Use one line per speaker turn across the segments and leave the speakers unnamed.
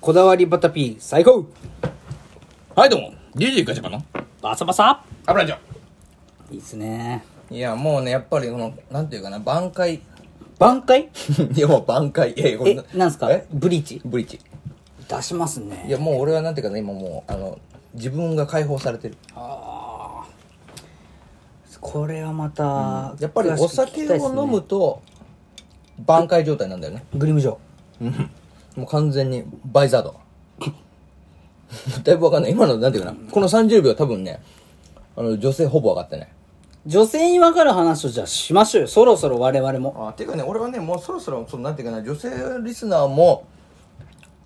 こだわりバタピー最高
はい、どうも。DJ ガチャかな
バサバサ
油じゃ
いいっすね
ん。いや、もうね、やっぱり、この、なんていうかな、挽回。
挽回
いや、もう挽回。いやいや、こ
え
んな、
なんすか
え
ブリーチ
ブリッジ。
出します
い
ね
や、もう俺はなんていうかな、今もう、あの、自分が解放されてる。
これはまた、
やっぱり
詳
お
しく聞
酒
きたいっすね
を飲むと、挽回状態なんだよね。
グリムジョー
もう完全に、バイザード。 だいぶわかんない。今の、なんていうかな、この30秒多分ね、あの、女性ほぼ分かってない。
女性に分かる話をじゃあしましょうよそろそろ我々も
あていうかね俺はねもうそろそろそのなんていうかな女性リスナーも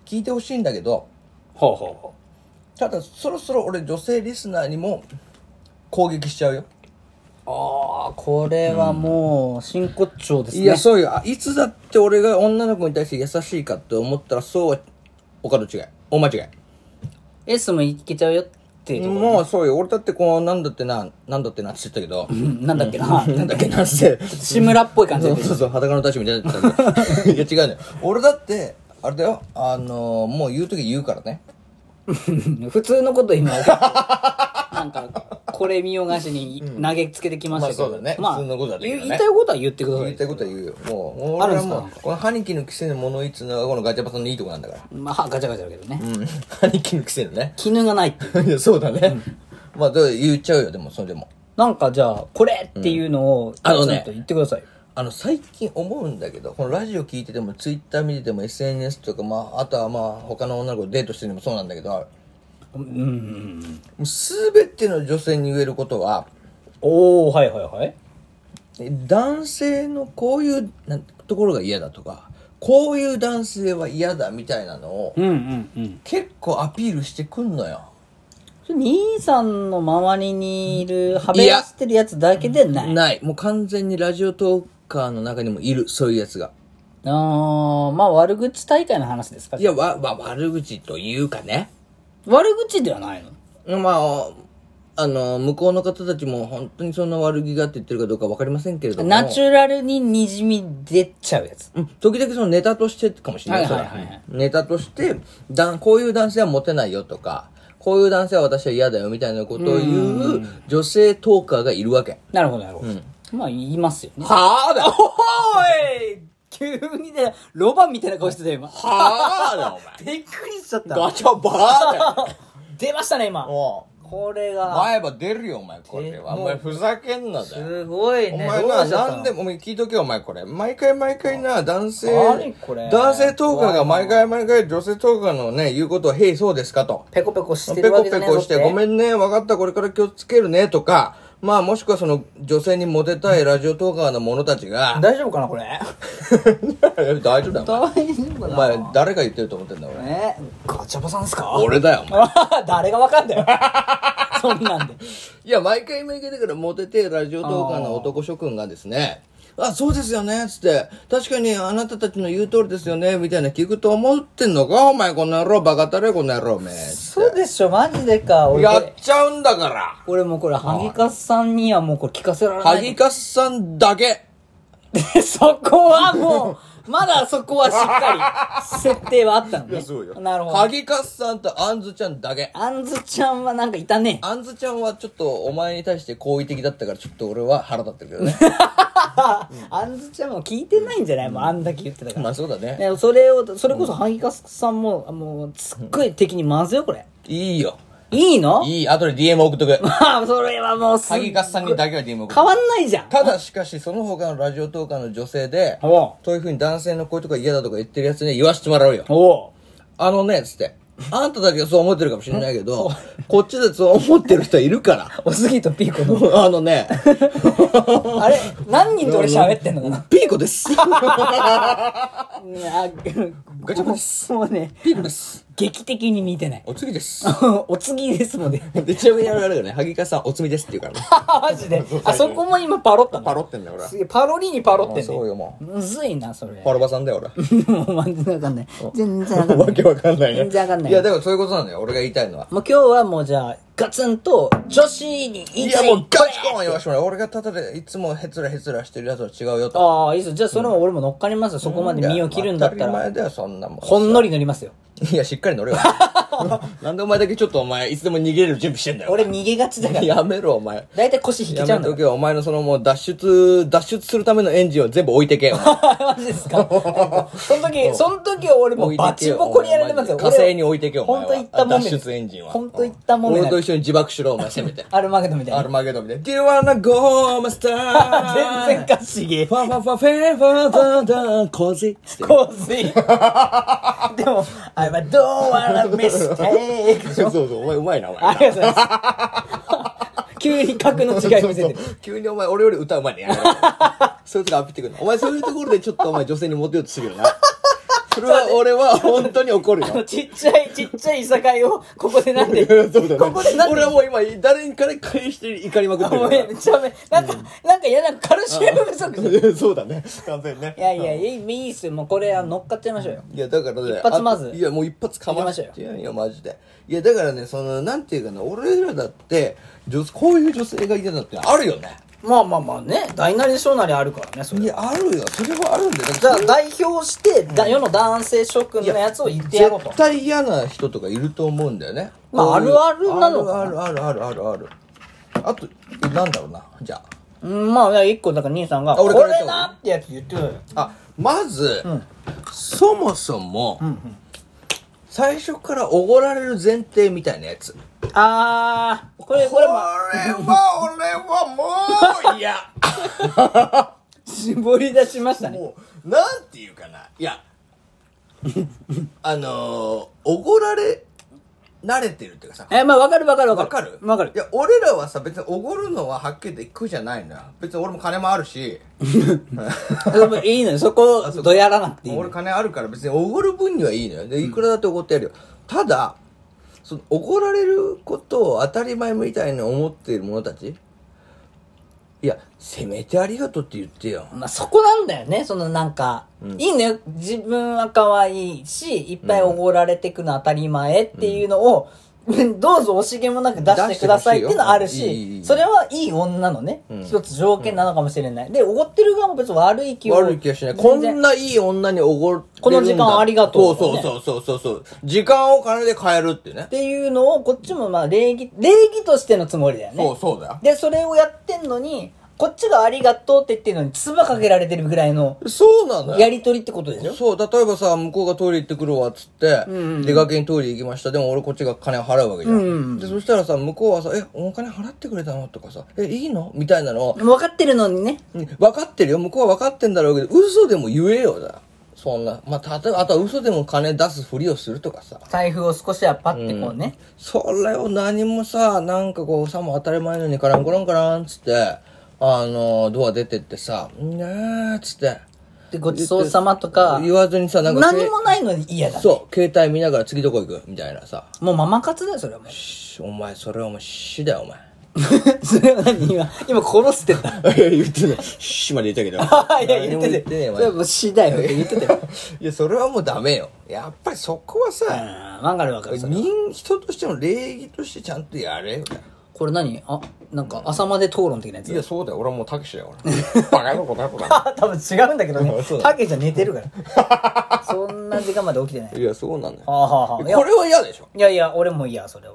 聞いてほしいんだけど
ほうほうほ
ただそろそろ俺女性リスナーにも攻撃しちゃうよ、
うああこれはもう真骨頂ですね
いやそうよあいつだって俺が女の子に対して優しいかって思ったらそうはお門違いお間違
S もいけちゃうよってい
いう
とこ
もうそうよ俺だってこうなんだってななんだってなって言ったけど
うん なんだっけな
なんだっけなって
志村っぽい感じ
そ
で
うそうそう裸の大使みたいになってたけど いや違うね俺だってあれだよあのーもう言う時言うからね
普通のこと今 なんかこれ見よがしに投げつけてきましたけど、
まあそうだね普通のことだったけどね
言いたいことは言ってくださ
言い
い
たいことは言うよ。もう、
ある
俺
ん
は
すか
もう、この歯にのくせの物言いっつうのがこのガチャパさんのいいとこなんだから。
まあガチャガチャだけどね、
うん。 歯にのくせのね。
絹がないっていう
いや、そうだね。まあ、どう言っちゃうよ、でも、それでも。
なんかじゃあこれっていうのを
あの
ち
ね
ょっと言ってくださいよ、
あの、最近思うんだけど、このラジオ聞いてても、ツイッター見てても、SNS とか、まあ、あとはまあ、他の女の子とデートしててもそうなんだけど、
うん
すべての女性に言えることは、
おおはいはいはい
男性のこういうなんところが嫌だとか、こういう男性は嫌だみたいなのを、
うんうんうん
結構アピールしてくんのよ。
兄さんの周りにいるはべらせてるやつだけでない
ない。もう完全にラジオトーカーの中にもいる、そういうやつが。
あーまあ悪口大会の話ですか
いや、わ、わ、悪口というかね。
悪口ではないの
まあ、あの、向こうの方たちも本当にそんな悪気がって言ってるかどうかわかりませんけれども。
ナチュラルににじみ出ちゃうやつ
うん時々そのネタとしてかもしれない。
はいはいはいはい
それネタとして、だんこういう男性はモテないよとか、こういう男性は私は嫌だよみたいなことを言う女性トーカーがいるわけ。
なるほどなるほど、まあ言いますよね
はぁだよ
おい急にね、ロバンみたいな顔してたよ、今。
はぁだよお
びっくりしちゃっ
前。
た。
ガチャバーだよ
出ましたね、今。
もう
これが、
前歯出るよ、お前、これは。お前、ふざけんなだよ。
すごい
お
ね。
前
ロバ
な、
ンしちゃった
なんでも、お前聞いとけよ、お前、これ。毎回毎回な、男性
何これ、
男性トーカーが毎回毎回女性トーカーのね、言うことを、へい、そうですかと。
ペコペコして
ペ
るわ
コ
けじゃ
ペ
ない
コして、ごめんね、わかった、これから気をつけるね、とか、まあ、もしくはその、女性にモテたいラジオトーカーの者た ちが、
大丈夫かな、これ。
大丈夫だよ。
大丈夫
お
かな。
前、お前誰が言ってると思ってんだ、俺。
えガチャバさんですか
俺だよ、お前。
誰がわかんだよ。 そんなんで。
いや、毎回毎回だからモテて、ラジオトーカーの男諸君がですね、あ、そうですよね、つって、確かにあなたたちの言う通りですよね、みたいな聞くと思ってんのか、お前、この野郎、バカたれ、この野郎、おめえ。
そうでしょ、マジでか。俺
や
こ
っ
れ、
ちゃうんだから。
俺もうこれ、萩勝さんにはもうこれ聞かせられない。
萩勝さんだけ。
で、そこはもう、まだそこはしっかり、設定はあったのね。なるほど。
萩勝さんとあんずちゃんだけ。
あんずちゃんはなんかいた ね。
あんずちゃんはちょっとお前に対して好意的だったから、ちょっと俺は腹立ってるけどね。
あんずちゃんも聞いてないんじゃないもうあんだけ言ってたか
ま
ら。
あそうだね。
ねそれを、それこそ、萩かさんも、あもう、すっごい敵に回すよ、これ。
いいよ。
いいの
いい。後で DM 送っとく。
ま あ、それはもうすっごい
萩勝さんにだけは DM 送っとく。
変わんないじゃん。
ただしかし、その他のラジオトーカーの女性で、
おう
そういう風に男性の声とか嫌だとか言ってるやつに言わしてもらうよ。
おう
あのね、つって。あんただけはそう思ってるかもしれないけ ど、こっちでそう思ってる人いるから。
おすぎとピーコの。
あのね、
あれ何人と俺喋ってんのかな
ピーコです。
うんあ、
ガチャバで す
もうね、
ピーコです。
劇的に似てない。
お次です。
お次ですので。
で、ちなみにあれだよね、萩川さんおつみですって言うからね。
マジで。あそこも今パロったの。
パロってんだよ、俺は。
すげえパロリにパロって
あ
ん
そう
ね。
よ、も
むずいな、それ
う。。パロバさんだよ、俺。
もう全然わかんない。全然わかんな
わ
い。
けわかんないね。
全然わかんない
いや、でもそういうことなんだよ、俺が言いたいのは。
もう今日はもうじゃあ、ガツンと女子に言
い
いた
や、
い。
もうガチコーン言わしてもらう。俺がただでいつもヘツラヘツラしてるやつは違うよと。
ああ、いいですよ。じゃあそれも俺も乗っかりますよ。そこまで身を切るんだった
当たり
ら。
前だよ、そんなもん。
ほんのり乗りますよ。
いや、しっか り乗れよ。なんでお前だけちょっとお前、いつでも逃げれる準備してんだよ。
俺逃げがちだから。
やめろ、お前。
だいたい腰引け
や
ちゃう
め
んだ
と
か
けよ、お前のそのもう脱出、脱出するためのエンジンを全部置いてけよ。
ら。 マジですかその時、その時は俺もうバチボコにやられますよ。
火星に置いてけよ、お
本
前は
当言ったもんめ。
脱出エンジンは。
本当言ったもんめ
俺
な
と。一緒に自爆しろ、お前、せめ
。
て
アルマゲドンみた
ア
い
ルマゲドンみたいな。Do you wanna go, master?
な。全然歌詞げえ
ファファファフェファファファコジ。
洪 水でも、I don't wanna mistake.
そうそう、お前うまいな、お
あ。りがとうございます。急に格の違い見せて。
急にお前、俺より歌うまい ねやめろ。そういうとこアピってくるの。お前、そういうところでちょっとお前、女性にモテようとするよな。それは、俺は本当に怒るよ
あ。の、ちっちゃい、ちっちゃいいさかいを、ここでなんで、
そうだね
ここでなんで
俺はもう今、誰にから返して怒りまくってる
ご
よ
めん、めっちゃめ、なんか、なんか嫌なカルシウム不足じゃん。い
な。 そうだね。完全にね。
やいや、いい、いいっすよ。もうこれ、あの乗っかっちゃいましょうよ。
いや、だからね。
一発まず
あといや、もう一発かまし
入れま
てよ。いや、マジで。いや、だからね、その、なんていうかな、俺らだって、女こういう女性がいたのってあるよね。
まあまあまあね、大なり小なりあるからね、そ
い
れ。
や、あるよ。それはあるんだよ。
じゃあ、代表して、だ世の男性諸君のやつを言ってやろうと
絶。対嫌な人とかいると思うんだよね。
まあ
こういう
あるあるなのかな
あるあるあるあるあるある。あと、えなんだろうな。じゃ
うん、まあ、一個、だから兄さんが、
あ
こ
俺から言っ
れ
た方がいい
なってやつ言ってたよ。
あ。あ、まず、そもそも、最初からおごられる前提みたいなやつ。
あー、これ、こ
これ
れも、
は、俺はもう、いや、
絞り出しましたね。
もう、なんていうかな。いや、あのー、おごられ、慣れてるっていうかさ、
え、まあ、わかるわかるわかる。
わかる
わかる
い。や、俺らはさ、別におごるのははっきりで苦じゃないのよ。別に俺も金もあるし、
でもいいの よ。そこをどやらなくていいの
俺
よ。
金あるから別におごる分にはいいのよ。で、いくらだっておごってやるよ。ただ、その、おごられることを当たり前みたいに思っている者たちいや、せめてありがとうって言ってよ。
まあ、そこなんだよね。そのなんか、いいのよ。自分は可愛いし、いっぱいおごられてくの当たり前っていうのを、 どうぞ惜しげもなく出してくださいっていうのはあるし、
出してほしいよいいいい
それはいい女のね、一つ条件なのかもしれない。で、おごってる側も別に悪い気は
悪い気がしない。こん
全然
ないい女におごるんだ
この時間ありがとう
そうそうそうそうそう。時間を金で買えるってね
っ。ていうのを、こっちもまあ礼儀、礼儀としてのつもりだよね。
そうそうだよ。
で、それをやってんのに、こっちがありがとうって言ってるのに、唾かけられてるぐらいの
そうなのよ。
やりとりってことでしょ
そう、例えばさ、向こうがトイレ行ってくるわ、っつって、出かけにトイレ行きました。でも俺こっちが金払うわけじゃん。で、そしたらさ、向こうはさ、え、お金払ってくれたのとかさ、え、いいのみたいなのを、
分かってるのにね。
うん分かってるよ。向こうは分かってんだろうけど、嘘でも言えよ、だ。そんな。まあ、例えば、あとは嘘でも金出すふりをするとかさ。
財布を少しはパッてこうね。
それを何もさ、なんかこう、さも当たり前のようにカランコランカラン、つって、あの、ドア出てってさ、ねー、つって、
で、ごちそうさまとか、
言わずにさ、なんか、
何もないのに嫌だ。
そう、携帯見ながら次どこ行くみたいなさ。
もうママ活だよ、それはもう。
しお前、それはお前、死だよ、お前。
それは何今、今殺してた。
言ってない。死まで言ったけ
あ いや、言って
てね
て
え
よ。
わ
それはもう死だよって 言ってたよ。
いや、それはもうダメよ。やっぱりそこはさ、
あーわかるわかる。それ
人、人としての礼儀としてちゃんとやれよ。
これ何あ、なんか朝まで討論的なや
い
つ。
や、そうだよ。俺はもうたけしだよ、俺。バカのことだこ だ。
あ 多分違うんだけどね
そう。だ
たけちゃん寝てるから。 そんな時間まで起きてない。
いや、そうなんだよ。
ああはあはあ。いや
これは嫌でしょ。
いやいや、俺も嫌、それは。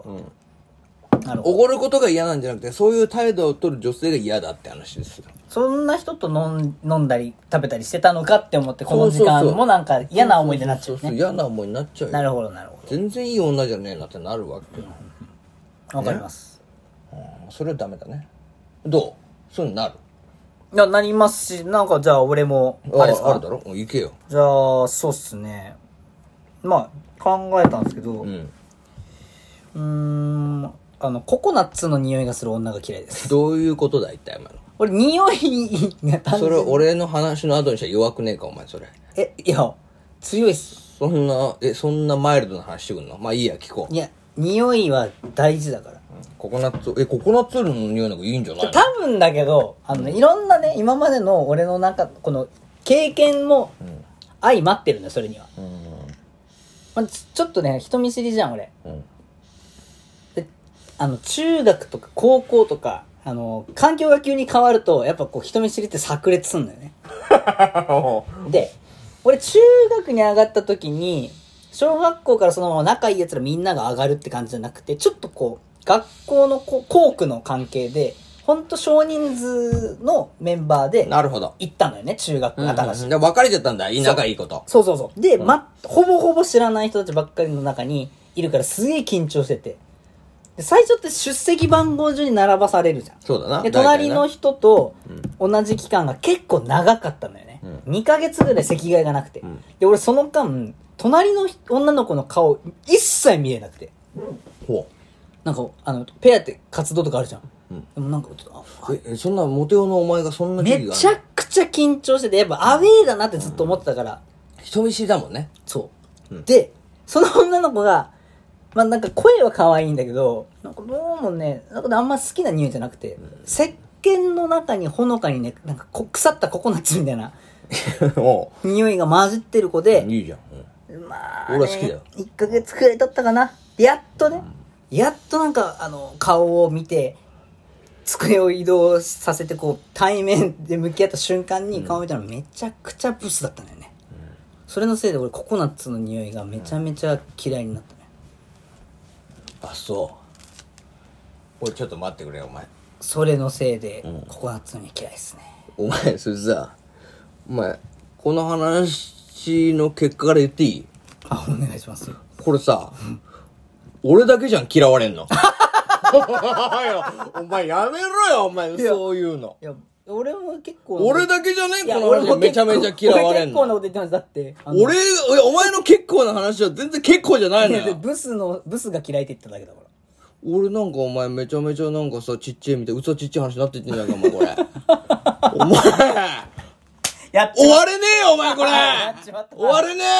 なるほど。
おごることが嫌なんじゃなくて、そういう態度を取る女性が嫌だって話ですよ。
そんな人と飲ん飲んだり食べたりしてたのかって思って、この時間
そうそうそ
も
う
なんか嫌な思い出になっちゃ
そううそう、
ね。
嫌な思いになっちゃう
な
よ。
るほど、なるほ
全然いい女じゃねえなってなるわけよ。
ど。わかります。
それはダメだね。どうそういうのなる
いや、なりますし、なんかじゃあ俺も、あれです
あある
か。
だろうん行けよ。
じゃあ、そうっすね。まあ、考えたんですけど、う
う
ー
ん。
ん、あの、ココナッツの匂いがする女が嫌いです。
どういうことだ、一体、今の。
俺、匂いが単
それ、
純に
俺の話の後にしたら弱くねえか、お前、それ。
え、いや、強いっす。
そんな、え、そんなマイルドな話してくんのまあいいや、聞こう
い。や、匂いは大事だから。
ココナッツ、え、ココナッツオイルの匂いなんかいいんじゃないの
多分だけどあの、いろんなね今までの俺の中この経験も相まってるんだよそれには、まあちちょっとね人見知りじゃん俺、
うん
であの中学とか高校とかあの環境が急に変わるとやっぱこう人見知りって炸裂すんだよねで俺中学に上がった時に小学校からその仲いい奴らみんなが上がるって感じじゃなくて、ちょっとこう、学校のこう校区の関係で、ほんと少人数のメンバーで
なるほど。
行ったんだよね、中学、新しい
うん。で別れちゃったんだ。仲いいこと。
そうそうそう。で、ま、ほぼほぼ知らない人たちばっかりの中にいるからすげえ緊張してて。で最初って出席番号順に並ばされるじゃん。
そうだな。
で、
大体
隣
な
の人と同じ期間が結構長かったんだよね。2ヶ月ぐらい席替えがなくて。で、俺その間、隣の女の子の顔一切見えなくて。
ほ
なんか、あの、ペアって活動とかあるじゃん。でもなんか、ちょっとあ
う。え、えそんなモテ男のお前がそんな時期
め
があ
ち
る
ゃくちゃ緊張してて、やっぱアウェーだなってずっと思ってたから。
人見知りだも んね。
そう。で、その女の子が、まあなんか声は可愛いんだけど、なんかどうもね、なんかあんま好きな匂いじゃなくて、石鹸の中にほのかにね、なんかこ腐ったココナッツみたいな
お
匂いが混じってる子で、
いいじゃん。
まあ、
俺は好きだよ
1ヶ月くらい経ったかな。やっとね、やっとなんか、あの、顔を見て、机を移動させて、こう、対面で向き合った瞬間に顔見たらめちゃくちゃブスだったんだよね。それのせいで俺、ココナッツの匂いがめちゃめちゃ嫌いになったね。
あ、そう。おい、ちょっと待ってくれよ、お前。
それのせいで、ココナッツの匂い嫌いですね。
お前、それさ、お前、この話の結果から言っていい
あ、お願いしますよ。
これ さ、俺だけじゃん、嫌われんの。お前やめろよ、お前、そういうの。
いや、俺も結構。
俺だけじゃね
い
え
や、
こ
俺
の話
も
めちゃめちゃ嫌われ
俺結
ん
構な
の。
こと言ってます。だって。あの
俺、俺お前の結構な話は全然結構じゃないの
いやで
よ。
ブスの、ブスが嫌いって言っただけだから。
俺なんかお前めちゃめちゃなんかさ、ちっちゃいみたい、うそちっちゃい話になってってんじゃないか、お前 これ。お前、
やっち
終われねえよ、お前これ
やっちまったな
終われねえ